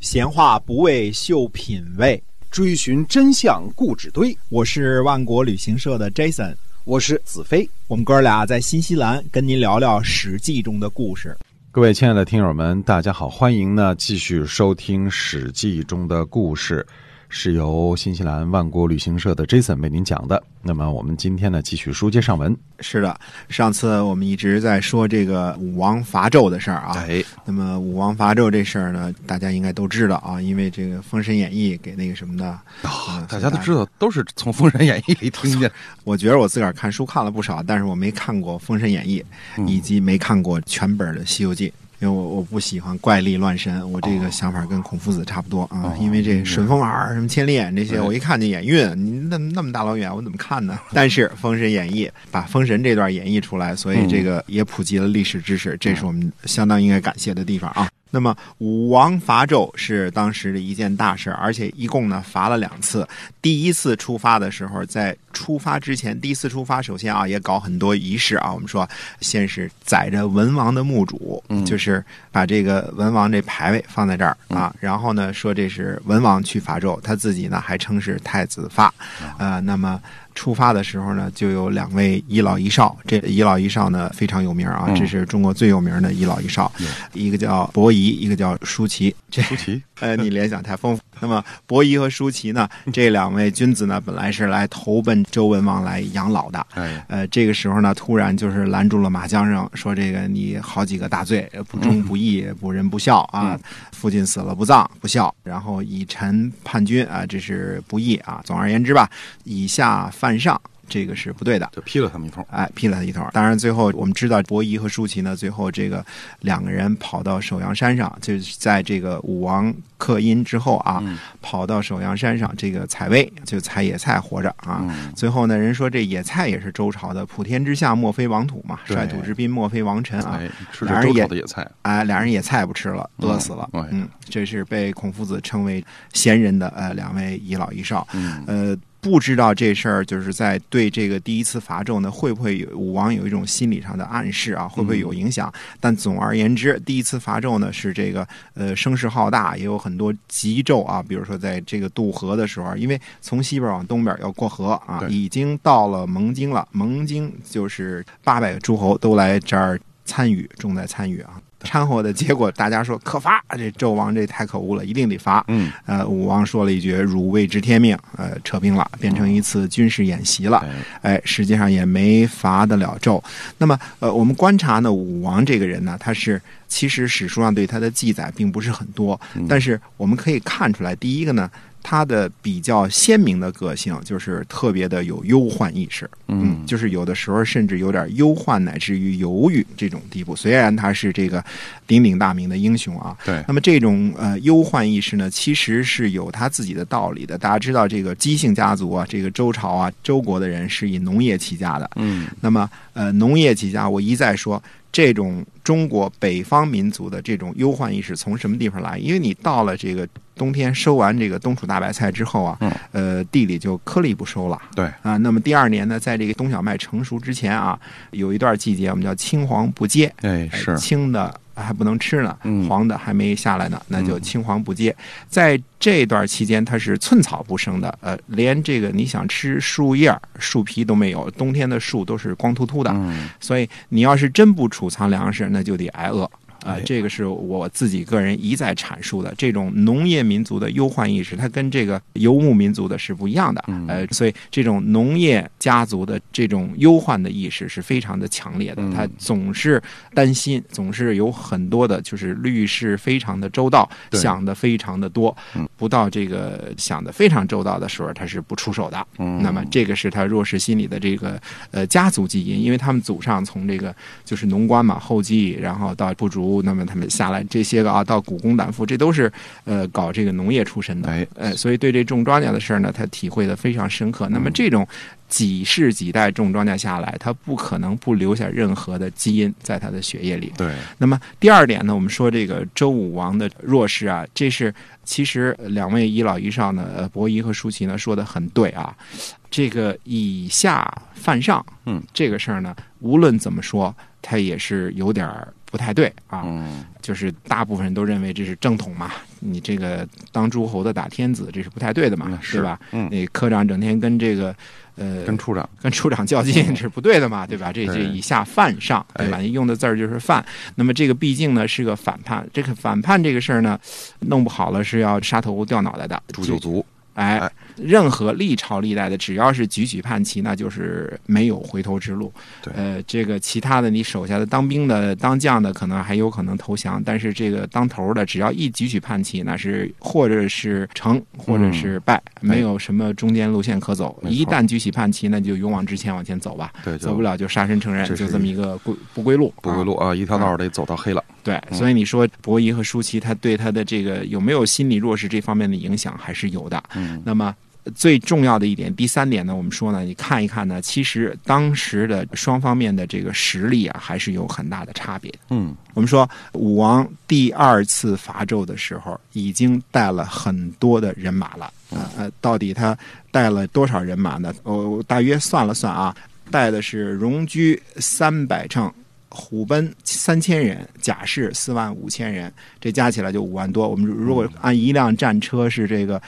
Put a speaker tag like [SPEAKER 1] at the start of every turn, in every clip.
[SPEAKER 1] 闲话不为秀品味，
[SPEAKER 2] 追寻真相故纸堆。
[SPEAKER 1] 我是万国旅行社的 Jason，
[SPEAKER 2] 我是子飞。
[SPEAKER 1] 我们哥俩在新西兰跟您聊聊《史记》中的故事。
[SPEAKER 3] 各位亲爱的听友们，大家好，欢迎呢继续收听《史记》中的故事，是由新西兰万国旅行社的 Jason 为您讲的。那么我们今天呢，继续书接上文。
[SPEAKER 1] 是的，上次我们一直在说这个武王伐纣的事儿啊。
[SPEAKER 3] 哎，
[SPEAKER 1] 那么武王伐纣这事儿呢，大家应该都知道啊，因为这个《封神演义》给那个什么的，啊
[SPEAKER 3] 大家都知。道，都是从《封神演义》里听见。
[SPEAKER 1] 我觉得我自个儿看书看了不少，但是我没看过《封神演义》，以及没看过全本的《西游记》。因为我我不喜欢怪力乱神，我这个想法跟孔夫子差不多啊。因为这顺风耳、什么千里眼这些，我一看就眼晕。你那那么大老远，我怎么看呢？但是《封神演义》把封神这段演绎出来，所以这个也普及了历史知识，这是我们相当应该感谢的地方啊。那么武王伐纣是当时的一件大事，而且一共呢伐了两次。第一次出发的时候，在出发之前，第一次出发，首先啊也搞很多仪式啊。我们说，先是载着文王的墓主，就是把这个文王这牌位放在这儿啊。然后呢，说这是文王去伐纣，他自己呢还称是太子发。呃，那么出发的时候呢，就有两位一老一少。这一老一少呢非常有名啊，这是中国最有名的一老一少，一个叫伯夷，一个叫舒淇。这
[SPEAKER 3] 舒淇，
[SPEAKER 1] 呃，你联想太丰富。那么，伯夷和舒淇呢，这两位君子呢，本来是来投奔周文王来养老的。
[SPEAKER 3] 哎，
[SPEAKER 1] 呃，这个时候呢，突然就是拦住了马缰绳，说这个你好几个大罪，呃不忠不义，不仁不孝啊，父亲死了不葬不孝，然后以臣叛君啊，这是不义啊。总而言之吧，以下犯上，这个是不对的。
[SPEAKER 3] 就批了他们一通。
[SPEAKER 1] 哎，劈了他一头。当然，最后我们知道伯夷和舒淇呢，最后这个两个人跑到首阳山上，就是在这个武王克殷之后啊，跑到首阳山上这个采薇，就采野菜活着啊。最后呢，人说这野菜也是周朝的“普天之下莫非王土”嘛，“
[SPEAKER 3] 对
[SPEAKER 1] 率土之滨莫非王臣”啊。
[SPEAKER 3] 哎，吃
[SPEAKER 1] 俩
[SPEAKER 3] 着
[SPEAKER 1] 人
[SPEAKER 3] 周
[SPEAKER 1] 也
[SPEAKER 3] 朝的野菜。
[SPEAKER 1] 哎，俩人野菜不吃了，饿死了。
[SPEAKER 3] 哎
[SPEAKER 1] 嗯，这是被孔夫子称为贤人的呃两位一老一少。
[SPEAKER 3] 嗯，
[SPEAKER 1] 呃，不知道这事儿就是在对这个第一次伐纣呢，会不会有武王有一种心理上的暗示
[SPEAKER 3] 嗯
[SPEAKER 1] 啊？会不会有影响？但总而言之，第一次伐纣呢是这个呃声势浩大，也有很多急骤啊，比如说在这个渡河的时候，啊因为从西边往东边要过河啊，
[SPEAKER 3] 对
[SPEAKER 1] 已经到了蒙京了。蒙京就是八百个诸侯都来这儿参与，重在参与啊。掺和的结果，大家说可罚，这纣王这太可恶了，一定得罚。
[SPEAKER 3] 嗯，
[SPEAKER 1] 呃，武王说了一句“汝未知天命”，呃，撤兵了，变成一次军事演习了。
[SPEAKER 3] 哎，
[SPEAKER 1] 哎，实际上也没伐得了纣。那么，呃，我们观察呢，武王这个人呢，他是其实史书上对他的记载并不是很多，但是我们可以看出来，第一个呢，他的比较鲜明的个性就是特别的有忧患意识。嗯，就是有的时候甚至有点忧患乃至于犹豫这种地步。虽然他是这个鼎鼎大名的英雄啊，
[SPEAKER 3] 对
[SPEAKER 1] 那，么这种呃忧患意识呢，其实是有他自己的道理的。大家知道，这个姬姓家族啊，这个周朝啊，周国的人是以农业起家的。
[SPEAKER 3] 嗯，
[SPEAKER 1] 那么呃，农业起家，我一再说，这种中国北方民族的这种忧患意识从什么地方来？因为你到了这个冬天收完这个冬储大白菜之后啊，
[SPEAKER 3] 嗯
[SPEAKER 1] 呃，地里就颗粒不收了。
[SPEAKER 3] 对，
[SPEAKER 1] 啊，那么第二年呢，在这个冬小麦成熟之前啊，有一段季节我们叫青黄不接，
[SPEAKER 3] 哎
[SPEAKER 1] 哎
[SPEAKER 3] 是，
[SPEAKER 1] 青的还不能吃呢，
[SPEAKER 3] 嗯
[SPEAKER 1] 黄的还没下来呢，那就青黄不接。在这段期间，它是寸草不生的，呃，连这个你想吃树叶儿、树皮都没有，冬天的树都是光秃秃的，
[SPEAKER 3] 嗯，
[SPEAKER 1] 所以你要是真不储藏粮食，那就得挨饿啊、
[SPEAKER 3] 哎
[SPEAKER 1] 这个是我自己个人一再阐述的，这种农业民族的忧患意识，它跟这个游牧民族的是不一样的。
[SPEAKER 3] 嗯
[SPEAKER 1] 呃，所以这种农业家族的这种忧患的意识是非常的强烈的，
[SPEAKER 3] 嗯
[SPEAKER 1] 他总是担心，总是有很多的，就是虑事非常的周到，
[SPEAKER 3] 对
[SPEAKER 1] 想的非常的多。
[SPEAKER 3] 嗯
[SPEAKER 1] 不到这个想的非常周到的时候，他是不出手的。
[SPEAKER 3] 嗯
[SPEAKER 1] 那么这个是他弱势心理的这个呃家族基因，因为他们祖上从这个就是农官嘛，后继，然后到部族，那么他们下来这些个啊，到古工党夫，这都是呃搞这个农业出身的，
[SPEAKER 3] 哎
[SPEAKER 1] 呃，所以对这种庄稼的事儿呢，他体会的非常深刻。那么这种几世几代种庄稼下来，他不可能不留下任何的基因在他的血液里。
[SPEAKER 3] 对，
[SPEAKER 1] 那么第二点呢，我们说这个周武王的弱势啊，这是其实呃两位一老一少呢，呃，伯夷和舒淇呢说的很对啊。这个以下犯上，
[SPEAKER 3] 嗯，
[SPEAKER 1] 这个事儿呢，无论怎么说，它也是有点儿不不太对啊。
[SPEAKER 4] 嗯
[SPEAKER 1] 就是大部分人都认为这是正统嘛，你这个当诸侯的打天子，这是不太对的嘛，
[SPEAKER 4] 嗯是
[SPEAKER 1] 对吧？
[SPEAKER 4] 嗯
[SPEAKER 1] 那科长整天跟这个呃
[SPEAKER 4] 跟处长
[SPEAKER 1] 跟处长较劲，这是不对的嘛，对吧？这这
[SPEAKER 4] 对哎
[SPEAKER 1] 以下犯上，对吧？用的字儿就是犯。那么这个毕竟呢是个反叛，这个反叛这个事儿呢，弄不好了是要杀头掉脑袋的。
[SPEAKER 4] 诛九族，
[SPEAKER 1] 哎
[SPEAKER 4] 哎，
[SPEAKER 1] 任何历朝历代的，只要是举起叛旗，那就是没有回头之路。
[SPEAKER 4] 对
[SPEAKER 1] 呃，这个其他的，你手下的当兵的、当将的，可能还有可能投降，但是这个当头的，只要一举起叛旗，那是或者是成，或者是败，没有什么中间路线可走。
[SPEAKER 4] 嗯哎没错
[SPEAKER 1] 一旦举起叛旗，那就勇往直前，往前走吧，
[SPEAKER 4] 对，就
[SPEAKER 1] 走不了就杀身成仁，
[SPEAKER 4] 这是
[SPEAKER 1] 就这么一个归不归路。
[SPEAKER 4] 不归
[SPEAKER 1] 啊
[SPEAKER 4] 路啊，一条道儿得走到黑了。
[SPEAKER 1] 对，
[SPEAKER 4] 嗯
[SPEAKER 1] 所以你说伯夷和舒淇，他对他的这个有没有心理弱势这方面的影响，还是有的。
[SPEAKER 4] 嗯
[SPEAKER 1] 那么呃最重要的一点，第三点呢，我们说呢，你看一看呢，其实当时的双方面的这个实力啊，还是有很大的差别的。
[SPEAKER 4] 嗯
[SPEAKER 1] 我们说武王第二次伐纣的时候，已经带了很多的人马了。呃呃，到底他带了多少人马呢？我、我大约算了算啊，带的是戎车三百乘。虎贲三千人，甲士四万五千人，这加起来就五万多。我们如果按一辆战车是这个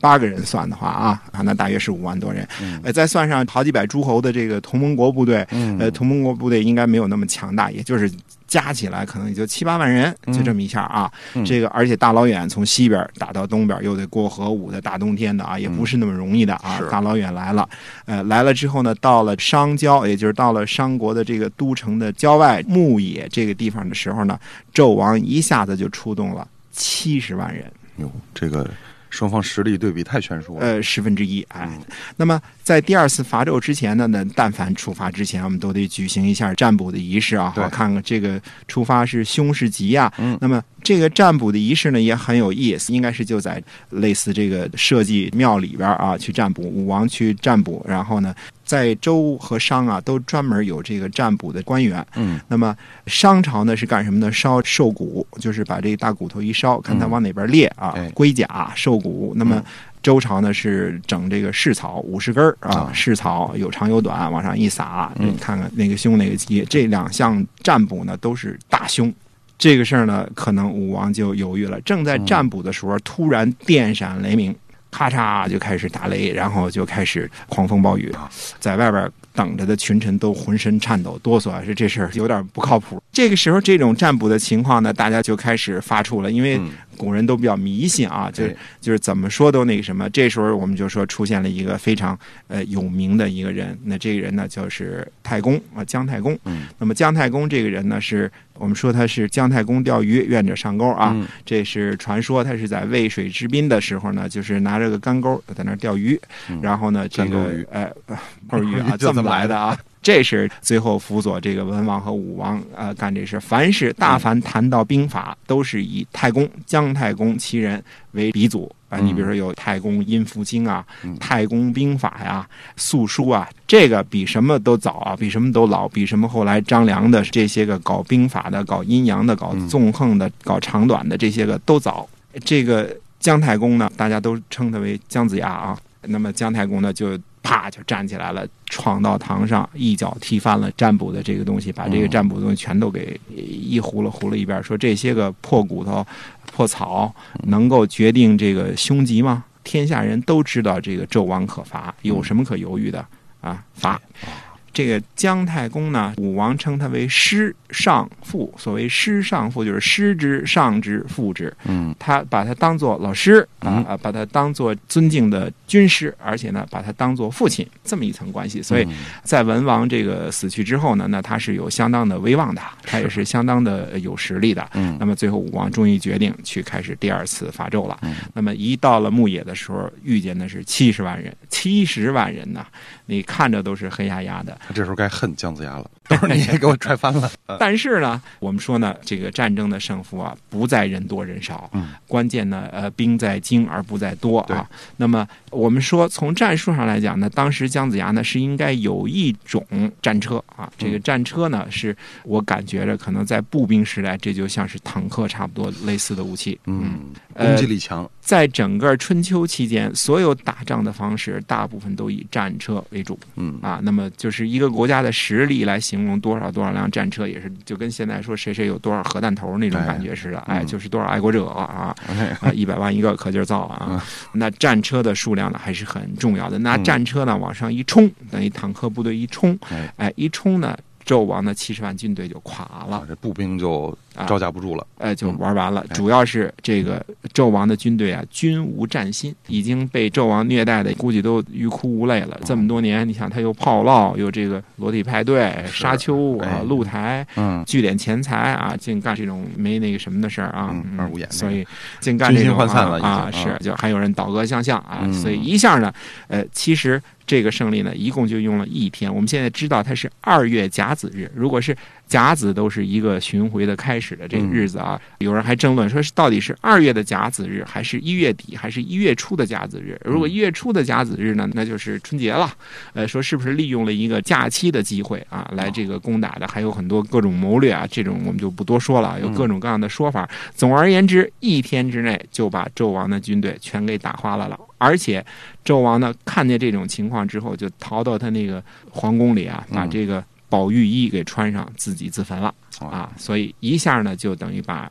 [SPEAKER 1] 八个人算的话啊，啊，那大约是五万多人。呃，再算上好几百诸侯的这个同盟国部队，呃，同盟国部队应该没有那么强大，也就是加起来可能也就七八万人，
[SPEAKER 4] 嗯
[SPEAKER 1] 就这么一下啊。这个而且大老远从西边打到东边，又得过河武的大冬天的啊，也不是那么容易的啊。
[SPEAKER 4] 嗯是
[SPEAKER 1] 大老远来了，呃，来了之后呢，到了商郊，也就是到了商国的这个都城的郊外牧野这个地方的时候呢，纣王一下子就出动了七十万人。
[SPEAKER 4] 哟，这个双方实力对比太悬殊了。
[SPEAKER 1] 呃，十分之一。哎
[SPEAKER 4] 嗯，
[SPEAKER 1] 那么在第二次伐纣之前呢，那但凡出发之前，我们都得举行一下占卜的仪式啊，
[SPEAKER 4] 对
[SPEAKER 1] 好看看这个出发是凶是吉呀、
[SPEAKER 4] 嗯
[SPEAKER 1] 那么这个占卜的仪式呢也很有意思，应该是就在类似这个社稷庙里边啊去占卜，武王去占卜，然后呢，在周和商啊都专门有这个占卜的官员。
[SPEAKER 4] 嗯
[SPEAKER 1] 那么商朝呢是干什么呢？烧兽骨，就是把这大骨头一烧，看它往哪边裂啊
[SPEAKER 4] 嗯哎，嗯
[SPEAKER 1] 龟甲、兽骨。那么周朝呢是整这个蓍草五十根儿啊
[SPEAKER 4] 啊，
[SPEAKER 1] 蓍草有长有短，往上一撒，
[SPEAKER 4] 嗯
[SPEAKER 1] 你看看哪个凶哪个吉。这两项占卜呢都是大凶。这个事儿呢，可能武王就犹豫了。正在
[SPEAKER 4] 嗯
[SPEAKER 1] 占卜的时候，突然电闪雷鸣，咔嚓就开始打雷，然后就开始狂风暴雨。在外边等着的群臣都浑身颤抖哆嗦，是这事儿有点不靠谱。这个时候，这种占卜的情况呢，大家就开始发怵了，因为
[SPEAKER 4] 嗯
[SPEAKER 1] 古人都比较迷信啊，就
[SPEAKER 4] 哎
[SPEAKER 1] 是就是怎么说都那个什么。这时候我们就说出现了一个非常呃有名的一个人，那这个人呢就是太公啊，姜太公。
[SPEAKER 4] 嗯
[SPEAKER 1] 那么姜太公这个人呢，是我们说他是姜太公钓鱼，愿者上钩啊。
[SPEAKER 4] 嗯
[SPEAKER 1] 这是传说，他是在渭水之滨的时候呢，就是拿着个竿钩在那儿钓鱼，
[SPEAKER 4] 嗯
[SPEAKER 1] 然后呢，这
[SPEAKER 4] 干钩
[SPEAKER 1] 个
[SPEAKER 4] 鱼，
[SPEAKER 1] 哎， 钩鱼啊
[SPEAKER 4] 就
[SPEAKER 1] 这
[SPEAKER 4] 这
[SPEAKER 1] 么
[SPEAKER 4] 么来
[SPEAKER 1] 来
[SPEAKER 4] 的
[SPEAKER 1] 的啊。这是最后辅佐这个文王和武王啊、呃干这事。凡是大凡谈到兵法，都是以太公姜太公其人为鼻祖啊。
[SPEAKER 4] 嗯
[SPEAKER 1] 你比如说有太公阴符经啊
[SPEAKER 4] 嗯、
[SPEAKER 1] 太公兵法呀、素书啊，这个比什么都早啊，比什么都老，比什么后来张良的这些个搞兵法的、搞阴阳的、搞
[SPEAKER 4] 嗯
[SPEAKER 1] 纵横的、搞长短的这些个都早。这个姜太公呢，大家都称他为姜子牙啊。那么姜太公呢，就啪就站起来了，闯到堂上，一脚踢翻了占卜的这个东西，把这个
[SPEAKER 4] 嗯
[SPEAKER 1] 占卜的东西全都给呃一糊了糊了一边儿，说这些个破骨头、破草能够决定这个凶吉吗？天下人都知道这个纣王可伐，有什么可犹豫的啊？伐！这个姜太公呢，武王称他为师上父，所谓师上父就是师之上之父之，
[SPEAKER 4] 嗯
[SPEAKER 1] 他把他当做老师
[SPEAKER 4] 嗯
[SPEAKER 1] 啊、啊，把他当做尊敬的军师，而且呢，把他当做父亲，这么一层关系。所以
[SPEAKER 4] 嗯
[SPEAKER 1] 在文王这个死去之后呢，那他是有相当的威望的，他也是相当的有实力的。
[SPEAKER 4] 嗯
[SPEAKER 1] 那么最后武王终于决定去开始第二次伐纣了
[SPEAKER 4] 嗯。
[SPEAKER 1] 那么一到了牧野的时候，遇见的是七十万人，七十万人呐，你看着都是黑压压的。
[SPEAKER 4] 他这时候该恨姜子牙了，都是你给我踹 翻了。呃
[SPEAKER 1] 但是呢，我们说呢，这个战争的胜负啊，不在人多人少，
[SPEAKER 4] 嗯
[SPEAKER 1] 关键呢，呃，兵在精而不在多
[SPEAKER 4] 对
[SPEAKER 1] 啊。那么我们说，从战术上来讲呢，当时姜子牙呢是应该有一种战车啊，这
[SPEAKER 4] 嗯
[SPEAKER 1] 个战车呢是我感觉着可能在步兵时代，这就像是坦克差不多类似的武器，
[SPEAKER 4] 嗯，
[SPEAKER 1] 呃
[SPEAKER 4] 攻击力强，
[SPEAKER 1] 在整个春秋期间，所有打仗的方式大部分都以战车为主
[SPEAKER 4] 嗯
[SPEAKER 1] 啊。那么就是一个国家的实力来形形容多少多少辆战车，也是就跟现在说谁谁有多少核弹头那种感觉似的。哎，
[SPEAKER 4] 嗯
[SPEAKER 1] 就是多少爱国者啊，
[SPEAKER 4] 哎
[SPEAKER 1] 啊，一百万一个可劲儿造啊！那战车的数量呢，还是很重要的。那
[SPEAKER 4] 嗯
[SPEAKER 1] 战车呢，往上一冲，等于坦克部队一冲
[SPEAKER 4] 哎，
[SPEAKER 1] 哎，一冲呢，纣王的七十万军队就垮
[SPEAKER 4] 啊
[SPEAKER 1] 了，
[SPEAKER 4] 这步兵就
[SPEAKER 1] 啊
[SPEAKER 4] 招架不住了。
[SPEAKER 1] 哎，就玩完了。
[SPEAKER 4] 哎嗯
[SPEAKER 1] 主要是这个纣王的军队啊，均无战心，已经被纣王虐待的，估计都欲哭无泪
[SPEAKER 4] 嗯
[SPEAKER 1] 了。这么多年，你想他又炮烙，又这个裸体派对、
[SPEAKER 4] 是
[SPEAKER 1] 沙丘啊
[SPEAKER 4] 哎、
[SPEAKER 1] 露台，
[SPEAKER 4] 嗯，
[SPEAKER 1] 聚点钱财啊，净干这种没那个什么的事儿啊
[SPEAKER 4] 嗯，
[SPEAKER 1] 嗯
[SPEAKER 4] 二五眼那个
[SPEAKER 1] 所以净干这
[SPEAKER 4] 军
[SPEAKER 1] 种
[SPEAKER 4] 心涣散了已经
[SPEAKER 1] 啊
[SPEAKER 4] 啊
[SPEAKER 1] 啊，是就还有人倒戈相向啊，
[SPEAKER 4] 嗯
[SPEAKER 1] 所以一下呢，呃，其实这个胜利呢，一共就用了一天。我们现在知道它是二月甲子日，如果是甲子都是一个巡回的开始的这个
[SPEAKER 4] 嗯
[SPEAKER 1] 日子啊，有人还争论说是到底是二月的甲子日，还是一月底，还是一月初的甲子日？
[SPEAKER 4] 嗯
[SPEAKER 1] 如果一月初的甲子日呢，那就是春节了。呃，说是不是利用了一个假期的机会啊，来这个攻打的，还有很多各种谋略啊，这种我们就不多说了，有各种各样的说法。总而言之，一天之内就把纣王的军队全给打花了了。而且，纣王呢看见这种情况之后，就逃到他那个皇宫里啊，把
[SPEAKER 4] 嗯
[SPEAKER 1] 这个宝玉衣给穿上，自己自焚了
[SPEAKER 4] 哦
[SPEAKER 1] 啊。所以一下呢，就等于把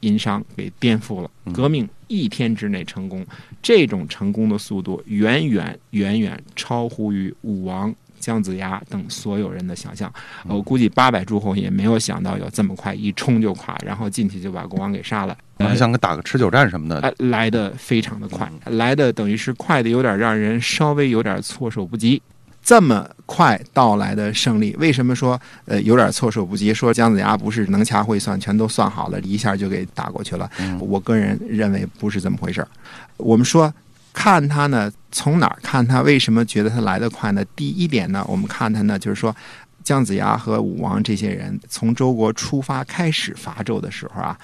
[SPEAKER 1] 殷商给颠覆了，革命一天之内成功。这种成功的速度远远远远超乎于武王、姜子牙等所有人的想象。呃我估计八百诸侯也没有想到有这么快，一冲就垮，然后进去就把国王给杀了。
[SPEAKER 4] 我还想跟打个持久战什么的，
[SPEAKER 1] 呃，来的嗯非常的快，来的等于是快的有点让人稍微有点措手不及。这么快到来的胜利，为什么说呃有点措手不及？说姜子牙不是能掐会算，全都算好了，一下就给打过去了。
[SPEAKER 4] 嗯
[SPEAKER 1] 我个人认为不是这么回事儿。我们说看他呢，从哪儿看他？为什么觉得他来得快呢？第一点呢，我们看他呢，就是说。姜子牙和武王这些人从周国出发开始伐纣的时候啊，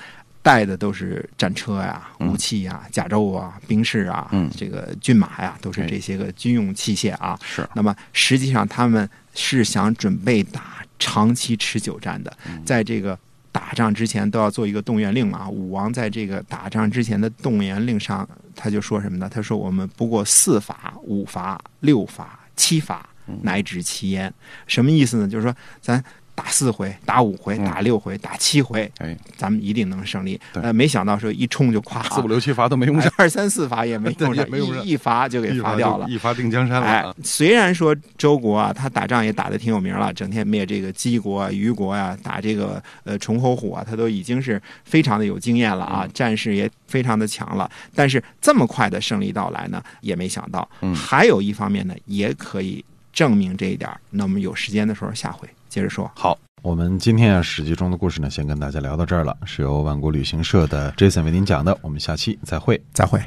[SPEAKER 1] 带的都是战车呀、
[SPEAKER 4] 嗯
[SPEAKER 1] 武器呀、甲胄啊、兵士啊、
[SPEAKER 4] 嗯
[SPEAKER 1] 这个骏马呀，都是这些个军用器械啊。
[SPEAKER 4] 是
[SPEAKER 1] 那么实际上他们是想准备打长期持久战的，
[SPEAKER 4] 嗯
[SPEAKER 1] 在这个。打仗之前都要做一个动员令嘛。武王在这个打仗之前的动员令上，他就说什么呢？他说：“我们不过四伐、五伐、六伐、七伐，
[SPEAKER 4] 嗯
[SPEAKER 1] 乃止其焉。”什么意思呢？就是说咱打四回、打五回、
[SPEAKER 4] 嗯
[SPEAKER 1] 打六回、打七回，
[SPEAKER 4] 哎，
[SPEAKER 1] 咱们一定能胜利。
[SPEAKER 4] 对
[SPEAKER 1] 呃，没想到说一冲就垮，
[SPEAKER 4] 四五六七罚都没用上，
[SPEAKER 1] 二三四罚也 没用
[SPEAKER 4] 也
[SPEAKER 1] 上，
[SPEAKER 4] 没用上
[SPEAKER 1] 一一罚就哎给
[SPEAKER 4] 一
[SPEAKER 1] 罚
[SPEAKER 4] 罚
[SPEAKER 1] 掉
[SPEAKER 4] 就
[SPEAKER 1] 了。
[SPEAKER 4] 一罚定江山了
[SPEAKER 1] 哎
[SPEAKER 4] 啊。，
[SPEAKER 1] 虽然说周国啊，他打仗也打得挺有名了，整天灭这个姬国啊、虞国啊，打这个呃崇侯虎啊，他都已经是非常的有经验了啊，战事也非常的强了。但是这么快的胜利到来呢，也没想到。
[SPEAKER 4] 嗯
[SPEAKER 1] 还有一方面呢，也可以证明这一点儿。那我们有时间的时候，下回接着说。
[SPEAKER 4] 好，
[SPEAKER 3] 我们今天啊《史记》中的故事呢，先跟大家聊到这儿了，是由万国旅行社的 Jason 为您讲的，我们下期再会。
[SPEAKER 1] 再会。